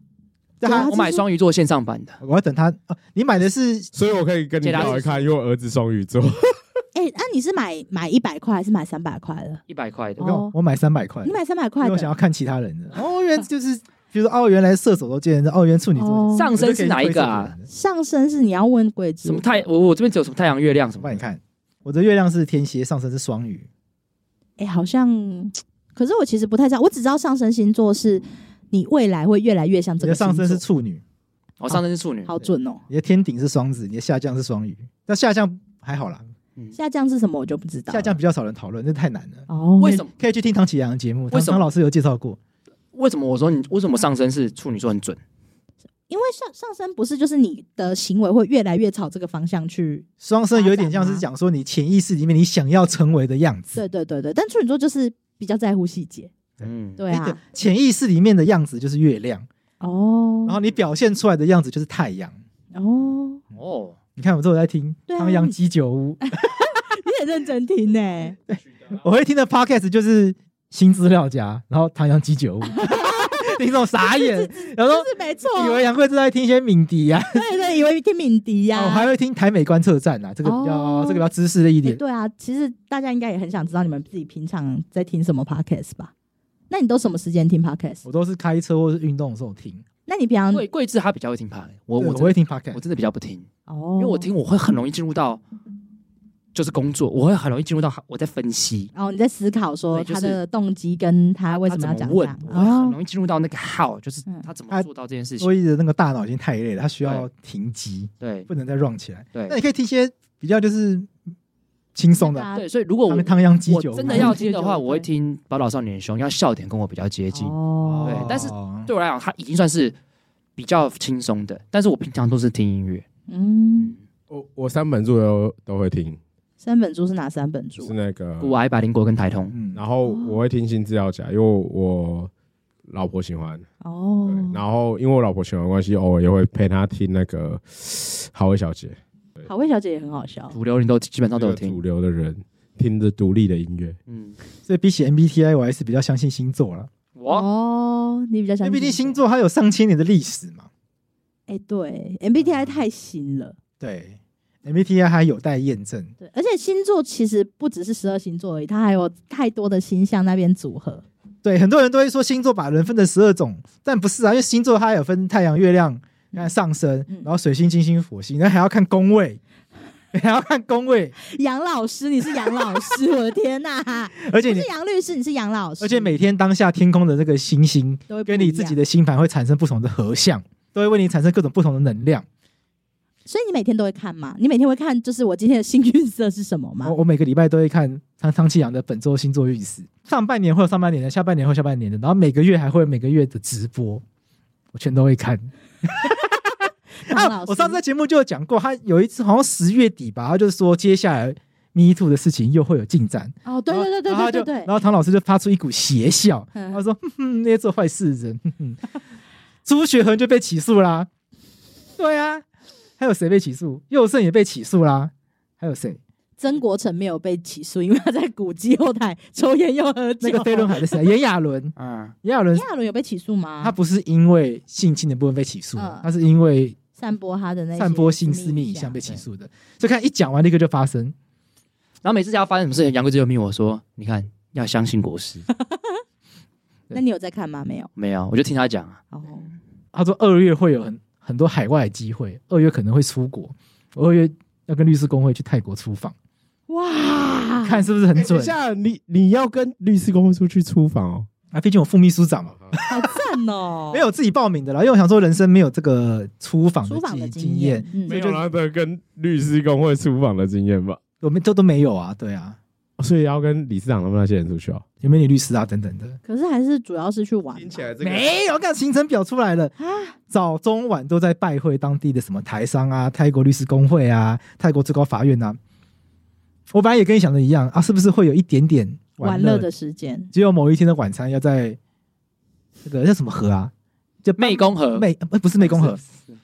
S1: 但
S3: 啊
S1: 他
S4: 我买双鱼座线上版的，
S1: 我要等他哦，你买的是
S2: 所以我可以跟你
S4: 解答
S2: 聊一
S4: 是
S2: 看，因为我儿子双鱼座，
S3: 哎，那你是买买一百块还是买三百块的？
S4: 一百块的
S1: 我。跟
S3: 哦
S1: 我我买三百块
S3: 你，买三百
S1: 因
S3: 块
S1: 为我想
S3: 的
S1: 要看其他人的。哦，原来就是比如说哦，原来射手都见人，哦，原来处女座
S3: 哦
S4: 上升是哪一个啊？？
S3: 上身是你要问鬼子
S4: 什么太我我这边只有什么太阳、月亮什
S1: 我
S4: 么
S1: 帮你看，我的月亮是天蝎，上升是双鱼。
S3: 哎，好像，可是我其实不太知道，我只知道上升星座是你未来会越来越像
S1: 你
S3: 这
S1: 的
S3: 个
S1: 上升是
S3: 星座
S1: 处女，
S4: 我哦上升是处女，
S3: 好准哦。
S1: 你的天顶是双子，你的下降是双鱼。那下降还好啦，
S3: 下降是什么我就不知道了。
S1: 下降比较少人讨论，那太难了。
S3: 哦，
S4: 为什么？
S1: 可以去听唐启阳的节目，
S4: 为
S1: 唐
S4: 什么
S1: 唐老师有介绍过。
S4: 为什么我说你为什么上升是处女座很准？
S3: 因为上上升不是就是你的行为会越来越朝这个方向去？
S1: 双生有点像是讲说你潜意识里面你想要成为的样子，
S3: 对对对对，但处女座就是比较在乎细节。
S4: 嗯，
S3: 对
S1: 那个
S3: 啊，
S1: 哎潜意识里面的样子就是月亮，
S3: 哦，
S1: 然后你表现出来的样子就是太阳。
S3: 哦，
S4: 哦，
S1: 你看我都有在听
S3: 对啊
S1: 唐阳鸡酒屋，
S3: 你也认真听呢、
S1: 我会听的 podcast 就是新资料夹，然后唐阳鸡 酒屋，听众傻眼，然后
S3: 就
S1: 说
S3: 是没错，哦
S1: 以为杨贵妃在听一些敏迪呀、
S3: 对对，以为听敏迪呀、
S1: 啊，我还会听台美观测站啊，这个比较、
S3: 哦
S1: 这个比较知识的一
S3: 诶
S1: 点。
S3: 对啊，其实大家应该也很想知道你们自己平常在听什么 podcast 吧？那你都什么时间听 podcast？
S1: 我都是开车或是运动的时候听，
S3: 那你平常
S4: 贵贵志他比较会听 p 我
S1: 我
S4: 我
S1: 我
S4: 真
S1: 会
S4: 的
S1: 听 podcast，
S4: 我真的比较不听，
S3: 哦，
S4: 因为我听我会很容易进入到就是工作，我会很容易进入到我在分析
S3: 然后、哦、你在思考说
S4: 对就
S3: 他
S4: 是
S3: 的动机跟他为
S4: 他
S3: 什
S4: 怎
S3: 么要讲这
S4: 问
S3: 样，
S4: 我会很
S3: 哦
S4: 容易进入到那个 how，就是
S3: 嗯
S4: 他怎么
S1: 他
S4: 做到这件事情
S1: 所。以的那个大脑已经太累了，它需要停机，
S4: 对
S1: 不能再 run 起来。那
S4: 对
S1: 你可以听一些比较就是轻松的，
S3: 啊
S4: 对，所以如果我
S1: 汤汤阳鸡
S4: 我
S1: 酒屋，
S4: 真的要听的话，我会听《宝岛少年兄》，要笑点跟我比较接近。
S3: 哦
S4: 对但是
S1: 对
S4: 对我来讲，它已经算是比较轻松的，但是我平常都是听音乐。
S3: 嗯，
S2: 我我三本著都都会听，
S3: 三本书是哪三本
S2: 是
S3: 书？
S2: 那个
S4: 古癌、百灵果跟台通。
S1: 嗯，
S2: 然后我会听新资料夹，因为我老婆喜欢，
S3: 哦
S2: 对，，然后因为我老婆喜欢的关系，偶尔也会陪她听那个好味小姐，
S3: 好味小姐也很好笑。
S4: 主流你都基本上都有
S2: 这个
S4: 听
S2: 主，流的人听着独立的音乐，
S4: 嗯，
S1: 所以比起 MBTI，我还是比较相信星座了，
S4: 哇，
S3: 哦，你比较
S1: 因
S3: 相
S1: 为毕
S3: 信
S1: 竟星？座它有上千年的历史嘛。
S3: 哎、对，MBTI 太新了，
S1: 对，MBTI 还有待验证。
S3: 对，而且星座其实不只是十二星座而已，它还有太多的星象那边组合。
S1: 对，很多人都会说星座把人分成十二种，但不是啊，因为星座它有分太阳、月亮、看上升，
S3: 嗯
S1: 然后水星、金星、火星，然后还要看宫位， 还要看宫位，
S3: 杨老师，你是杨老师，我的天哪、
S1: 而且
S3: 不
S1: 你
S3: 是杨律师，你是杨老师，
S1: 而且每天当下天空的这个星星
S3: 都会不
S1: 跟你自己
S3: 一样，
S1: 的星盘会产生不同的合相，都会为你产生各种不同的能量。
S3: 所以你每天都会看吗？你每天会看，就是我今天的幸运色是什么吗
S1: 我？我每个礼拜都会看汤汤启阳的本周星座运势，上半年会有上半年的，下半年会有下半年的，然后每个月还会有每个月的直播，我全都会看。啊
S3: 杨老师，
S1: 我上次在节目就有讲过，他有一次好像十月底吧，他就是说接下来 Me Too 的事情又会有进展。
S3: 哦，对
S1: 然后
S3: 对对对
S1: 然后他
S3: 对
S1: 就
S3: 对对
S1: 然，后唐老师就发出一股邪笑，
S3: 嗯
S1: 他说：“哼哼，那些做坏事的人，哼哼朱学恒就被起诉啦。对啊，还有谁被起诉？佑胜也被起诉啦。还有谁？
S3: 曾国成没有被起诉，因为他在古籍后台抽烟又喝酒。
S1: 那个飞轮海的谁？炎亚纶。
S4: 嗯，
S1: 炎亚纶
S3: 炎亚纶有被起诉吗？
S1: 他不是因为性侵的部分被起诉的，
S3: 啊嗯
S1: 他是因为
S3: 散播他的那些
S1: 散播性私密
S3: 影
S1: 影像被
S3: 被
S1: 起诉的。所以看一讲完立刻就发生，
S4: 然后每次只要发生什么事情，杨贵妃就命我说，你看要相信国师，
S3: 那你有在看吗？没有。
S4: 没有，我就听他讲啊，
S3: 哦，
S1: 他说二月会有很很多海外的机会，二月可能会出国，我二月要跟律师工会去泰国出访，
S3: 哇，
S1: 看是不是很
S2: 哎等
S1: 准
S2: 一？下你你要跟律师公会出去出访哦，
S1: 啊，毕竟我副秘书长嘛，
S3: 好赞哦！
S1: 没有自己报名的啦，因为我想说人生没有这个出访
S3: 出访的
S1: 经
S3: 经
S1: 验
S3: 验，，嗯
S2: 没有他的跟律师公会出访的经验吧，
S1: 我们这都没有啊，对啊，
S2: 哦所以要跟理事长他们那些人出去哦，
S1: 有美女律师啊等等的，
S3: 可是还是主要是去玩吧
S2: 来这
S1: 没有，看行程表出来了。
S3: 啊，
S1: 早中晚都在拜会当地的什么台商啊、泰国律师工会啊、泰国最高法院啊。我本来也跟你想的一样啊，是不是会有一点点
S3: 玩
S1: 乐
S3: 乐的？时间
S1: 只有某一天的晚餐要在那个叫什么河啊？就
S4: 湄公河，
S1: 湄呃不是湄公河，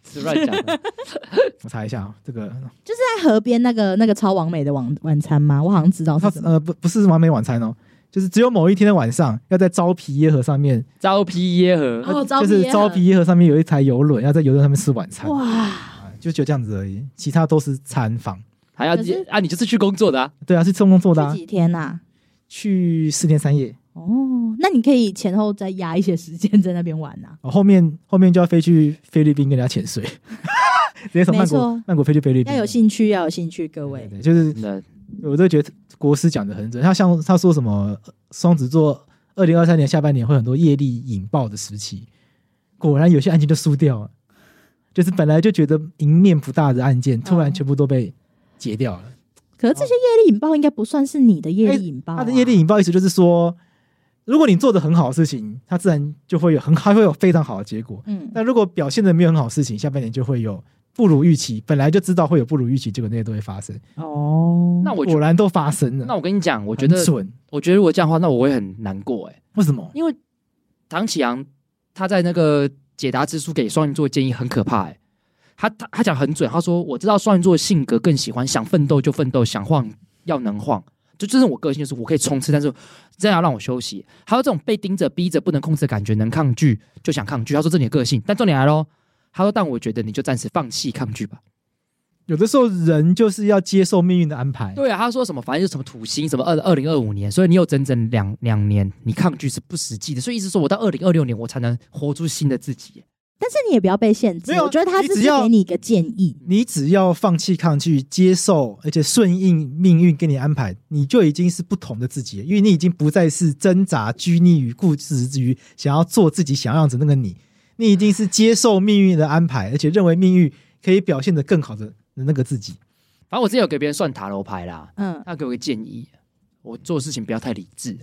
S4: 是乱讲的，
S1: 我查一下啊，这个
S3: 在河边那个那个超完美的晚晚餐吗？我好像知道
S1: 它
S3: 是什么。
S1: 呃不不是完美晚餐哦，就是只有某一天的晚上要在昭披耶河上面，
S4: 招披耶河，
S3: 哦，招
S1: 呃就是昭披耶河上面有一台游轮，要在游轮上面吃晚餐，
S3: 哇，
S1: 啊就只有这样子而已，其他都是餐房。
S4: 还要
S3: 可是
S4: 啊，你就是去工作的啊，
S1: 对啊，是中工做的、啊
S3: 这，几天呐？
S1: 去四天三夜。
S3: 哦，那你可以前后再压一些时间在那边玩呐。
S1: 哦，后面后面就要飞去菲律宾跟人家潜水， 直接从曼
S3: 没
S1: 谷
S3: 错
S1: 曼谷飞去菲律宾。
S3: 要有兴趣，要有兴趣，各
S1: 对
S3: 位。
S1: 对，就是
S4: 真的，
S1: 我都觉得国师讲的很准。他像他说什么呃双子座二零二三年下半年会很多业力引爆的时期，果然有些案件就输掉了，就是本来就觉得赢面不大的案件，突然
S3: 哦
S1: 全部都被结掉了。
S3: 可是这些业力引爆应该不算是你的业力引爆、啊
S1: 哎他的业力引爆意思就是说，如果你做的很好的事情，它自然就会有很它会有非常好的结果。
S3: 嗯，
S1: 那如果表现的没有很好的事情，下半年就会有不如预期，本来就知道会有不如预期，结果那些都会发生，
S3: 哦，
S4: 那我觉
S1: 果然都发生了。
S4: 那我跟你讲，我
S1: 我
S4: 觉得，
S1: 准，
S4: 我觉得如果这样的话，那我会很难过哎，
S1: 为什么？
S4: 因为唐启阳他在那个解答之书给双鱼座的建议很可怕哎、他他他讲很准，他说我知道双鱼座的性格更喜欢想奋斗就奋斗，想晃要能晃，就这是我个性，就是我可以冲刺，但是真的要让我休息。还有这种被盯着、逼着、不能控制的感觉，能抗拒就想抗拒。他说这是你的个性，但重点来喽，他说但我觉得你就暂时放弃抗拒吧。
S1: 有的时候人就是要接受命运的安排。
S4: 对啊，他说什么，反正就是什么土星，什么二二零二五年，所以你有整整两两年，你抗拒是不实际的，所以意思说我到二零二六年我才能活出新的自己。
S3: 但是你也不要被限制
S1: 没，有
S3: 我觉得他
S1: 你
S3: 只
S1: 只
S3: 是
S1: 要
S3: 给你一个建议，
S1: 你只要放弃抗拒、接受，而且顺应命运给你安排，你就已经是不同的自己了，因为你已经不再是挣扎、拘泥于固执之于想要做自己想要样子那个你，你已经是接受命运的安排，而且认为命运可以表现得更好的那个自己。
S4: 反正我之前有给别人算塔罗牌啦，
S3: 嗯，
S4: 他给我个建议，我做事情不要太理智。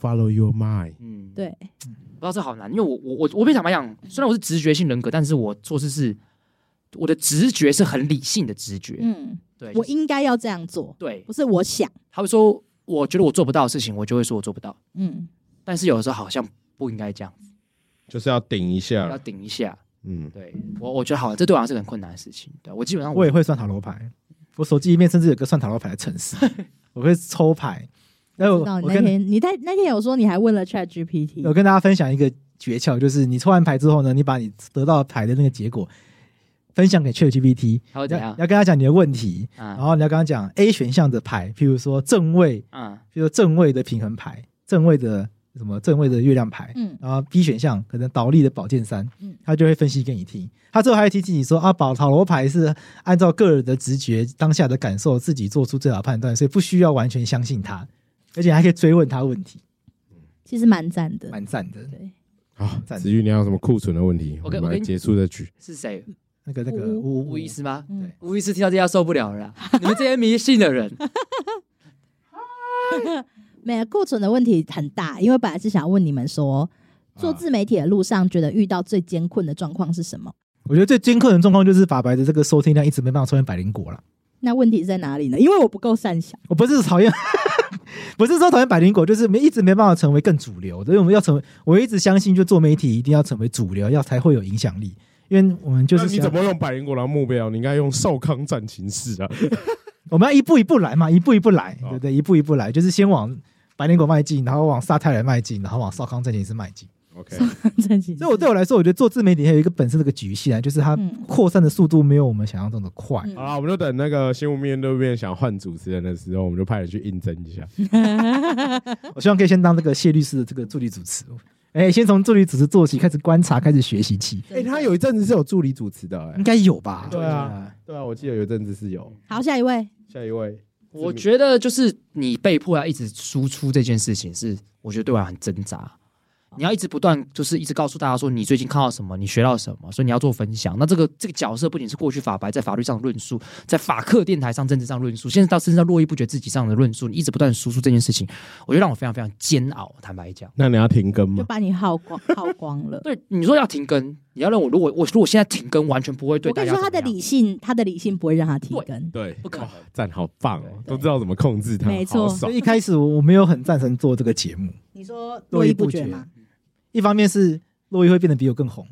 S2: Follow your mind，
S4: 嗯，
S3: 对，
S4: 不知道这好难，因为我我我我被坦白讲，虽然我是直觉性人格，但是我做事是我的直觉是很理性的直觉，
S3: 嗯，
S4: 对，
S3: 我
S4: 就是
S3: 应该要这样做，
S4: 对
S3: 不是我想，
S4: 他会说，我觉得我做不到的事情，我就会说我做不到。
S3: 嗯，
S4: 但是有的时候好像不应该这样，
S2: 就是要顶一下
S4: 要
S2: 了，
S4: 顶一下。
S2: 嗯，
S4: 对我，我觉得好像，这对我来说是很困难的事情。对啊我基本上
S1: 我也会算塔罗牌，我手机里面甚至有个算塔罗牌的程式，我会抽牌。然后
S3: 知
S1: 我
S3: 道
S1: 我
S3: 你那
S1: 跟
S3: 天你在那天有说你还问了 Chat GPT，
S1: 我跟大家分享一个诀窍，就是你抽完牌之后呢，你把你得到的牌的那个结果分享给 ChatGPT，
S4: 还会
S1: 要
S4: 怎样
S1: 要跟他讲你的问题，然
S4: 啊
S1: 后你要跟他讲 A 选项的牌，譬如说正位，
S4: 啊
S1: 譬如说正位的平衡牌，正位的什么正位的月亮牌，
S3: 嗯
S1: 然后 B 选项可能倒立的宝剑三，
S3: 嗯
S1: 他就会分析给你听。他最后还会提醒你说啊，宝塔罗牌是按照个人的直觉、当下的感受自己做出最好的判断，所以不需要完全相信他，而且还可以追问他问题，
S3: 其实蛮赞的，
S1: 蛮赞的。
S3: 对，
S2: 好，
S1: 赞
S2: 子玉，你还有什么库存的问题？
S4: 我
S2: 我
S4: 跟
S2: 们
S4: 我
S2: 来
S4: 跟你
S2: 结束这局。
S4: 是谁？
S1: 那个那个
S3: 呜
S1: 吴
S4: 吴医，师吗？
S3: 嗯
S1: 对，
S4: 吴医师听到这要受不了了啦， 你们这些迷信的 人，
S3: 没有库存的问题很大，因为本来是想要问你们说，做自媒体的路上，觉得遇到最艰困的状况是什么？
S1: 我觉得最艰困的状况就是法白的这个收听量一直没办法超越百灵果了。
S3: 那问题在哪里呢？因为我不够善想，
S1: 我不是讨厌， 不是说讨厌百灵果，就是没一直没办法成为更主流的，因为我们要成为，我一直相信，就做媒体一定要成为主流，要才会有影响力。因为我们就是
S2: 那
S1: 想
S2: 你怎么用百灵果当目标？啊你应该用少康战情室啊！
S1: 我们要一步一步来嘛，一步一步来，
S2: 哦
S1: 对不对？一步一步来，就是先往白灵果迈进，然后往萨泰尔迈进，然后往少康这件事迈进。
S2: OK，
S3: 真心
S1: 所以，我对我来说，我觉得做自媒体还有一个本身这个局限啊，就是它
S3: 嗯
S1: 扩散的速度没有我们想象中的快。
S3: 嗯
S2: 好啦，我们就等那个新闻面对面想换主持人的时候，我们就派人去应征一下。
S1: 我希望可以先当这个谢律师的这个助理主持，哎，先从助理主持做起，开始观察，开始学习起，
S2: 哎，他有一阵子是有助理主持的，
S1: 应
S2: 哎，
S1: 该有吧？
S2: 对啊，对啊，我记得有一阵子是有。
S3: 好，下一位，
S2: 下一位，
S4: 我觉得就是你被迫要一直输出这件事情是，我觉得对我来说很挣扎。
S1: 哦
S4: 你要一直不断，就是一直告诉大家说你最近看到什么，你学到什么，所以你要做分享。那这个这个角色不仅是过去法白在法律上论述，在法客电台上政治上论述，现在到甚至到络绎不绝自己上的论述，你一直不断地输出这件事情，我觉得让我非常非常煎熬。坦白讲。
S2: 那你要停更
S3: 就
S2: 吗？
S3: 把你耗光耗光了。
S4: 对，你说要停更，你要让我如果我如果现在停更，完全不会对
S3: 我
S4: 大
S3: 跟你
S4: 家
S3: 说，他
S4: 怎么
S3: 的
S4: 样
S3: 理性，他的理性不会让他停
S4: 对
S3: 更。
S2: 对，
S4: 不可能
S2: 哇赞好棒哦，都知道怎么控制它，
S3: 没错
S2: 好
S1: 所
S2: 爽
S1: 以一开始我我没有很赞成做这个节目，
S3: 你说
S1: 络
S3: 络
S1: 绎
S3: 绎
S1: 不
S3: 不
S1: 绝
S3: 绝吗？
S1: 一方面是洛伊会变得比我更 红，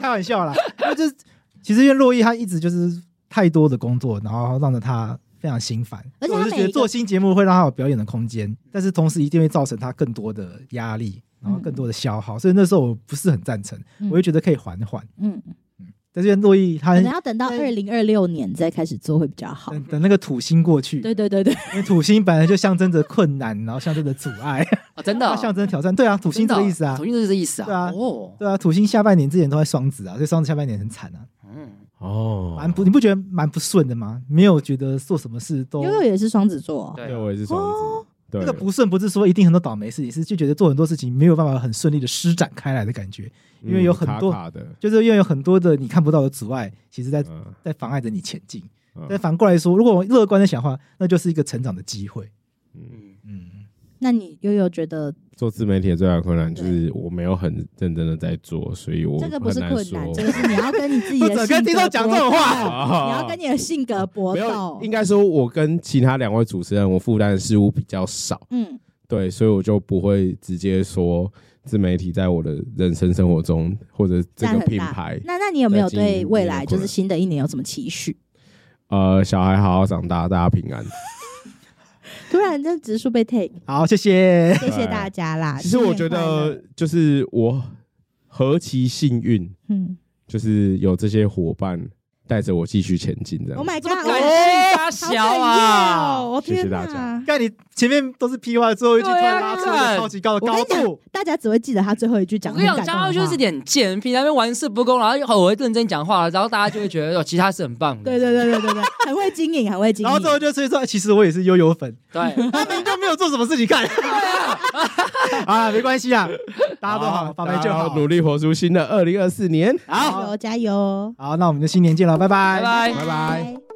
S1: 开玩笑啦，因为就是其实因为洛伊他一直就是太多的工作，然后让得他非常心烦，
S3: 而且
S1: 我
S3: 他
S1: 就
S3: 每
S1: 觉得
S3: 一个
S1: 做新节目会让他有表演的空间，但是同时一定会造成他更多的压力，然后更多的消耗，所以那时候我不是很赞成，
S3: 嗯
S1: 我就觉得可以缓缓，
S3: 嗯，
S1: 但是因为洛伊他
S3: 可能要等到
S1: 但
S3: 二零二六年再开始做会比较好。
S1: 等等那个土星过去，
S3: 对对对对，
S1: 因为土星本来就象征着困难，然后象征着阻碍，
S4: 啊，真的
S3: 哦
S1: 它
S4: 啊
S1: 象征挑战，对啊，土星这个
S4: 真的啊
S1: 意思啊
S4: 土。星就是这意思啊，
S1: 对啊
S4: 哦，
S1: 对啊，土星下半年之前都在双子啊，所以双子下半年很惨啊，
S4: 嗯，
S2: 哦
S1: 蛮不，你不觉得蛮不顺的吗？没有觉得做什么事都
S3: 悠悠也是双子座哦，
S4: 对
S2: 对，
S4: 啊，
S2: 我也是双子，对
S1: 那哦个不顺，不是说一定很多倒霉事情，是就觉得做很多事情没有办法很顺利的施展开来的感觉，因为有很多
S2: 嗯卡卡的，
S1: 就是因为有很多的你看不到的阻碍，其实在
S2: 嗯
S1: 在妨碍着你前进。
S2: 嗯
S1: 但反过来说，如果我乐观的想的话，那就是一个成长的机会。
S2: 嗯，
S4: 嗯，
S1: 嗯，
S3: 那你悠悠觉得
S2: 做自媒体的最大的困难就是我没有很认真的在做，所以我
S3: 这个不是
S2: 很难
S3: 困
S2: 说
S3: 难，这个是你要跟你自己
S1: 不
S3: 的
S1: 准
S3: 性
S1: 跟听
S3: 格
S1: 众讲这种
S3: 搏
S1: 话
S3: 斗， 你要跟你的性格搏
S2: 没有
S3: 斗，
S2: 应。该说，我跟其他两位主持人，我负担的事物比较少，
S3: 嗯，
S2: 对，所以我就不会直接说自媒体在我的人生生活中或者这
S3: 占
S2: 个
S3: 很
S2: 品
S3: 大
S2: 牌，
S3: 那那你有没有
S2: 哎在经营
S3: 对未来
S2: 有
S3: 就
S2: 困
S3: 是
S2: 难
S3: 新的一年有什么期许？
S2: 呃，小孩好好长大，大家平安。
S3: 突然这植树 被 take，
S1: 好，谢谢。
S3: 谢谢大家啦。
S2: 其实我觉
S3: 新年快乐
S2: 得，就是我何其幸运，
S3: 嗯
S2: 就是有这些伙伴带着我继续前进，这样
S3: ，Oh my
S4: 这么
S3: god，
S4: 感
S3: 我
S4: 性发
S3: 好
S4: 小
S3: 哽咽哦
S4: 啊，
S3: 我
S2: 谢谢
S3: 天
S2: 大家
S3: 哪！
S1: 看你前面都是屁话，最后一句突然
S4: 对啊
S1: 拉出一个超级高的高
S3: 我跟你
S1: 度
S3: 讲，，大家只会记得他最后一句讲
S4: 我
S3: 得
S4: 跟你
S3: 很
S4: 讲，
S3: 感动啊的话。
S4: 嘉佑就是点贱，平常边玩世不恭，然后好我会认真讲话，然后大家就会觉得哦，其实他是很棒的，
S3: 对对对对对对，很会经营，很会经
S1: 然
S3: 营。
S1: 后最后就所以说，哎其实我也是悠悠粉，
S4: 对，
S1: 他们就没有做什么事情看。 啊，没关系啊，大家都好，发霉就
S2: 大家
S1: 好
S2: 都。努力活出新的二零二四年。
S3: 加油加油，
S1: 好，那我们就新年见了，拜拜
S4: 拜拜
S2: 拜拜。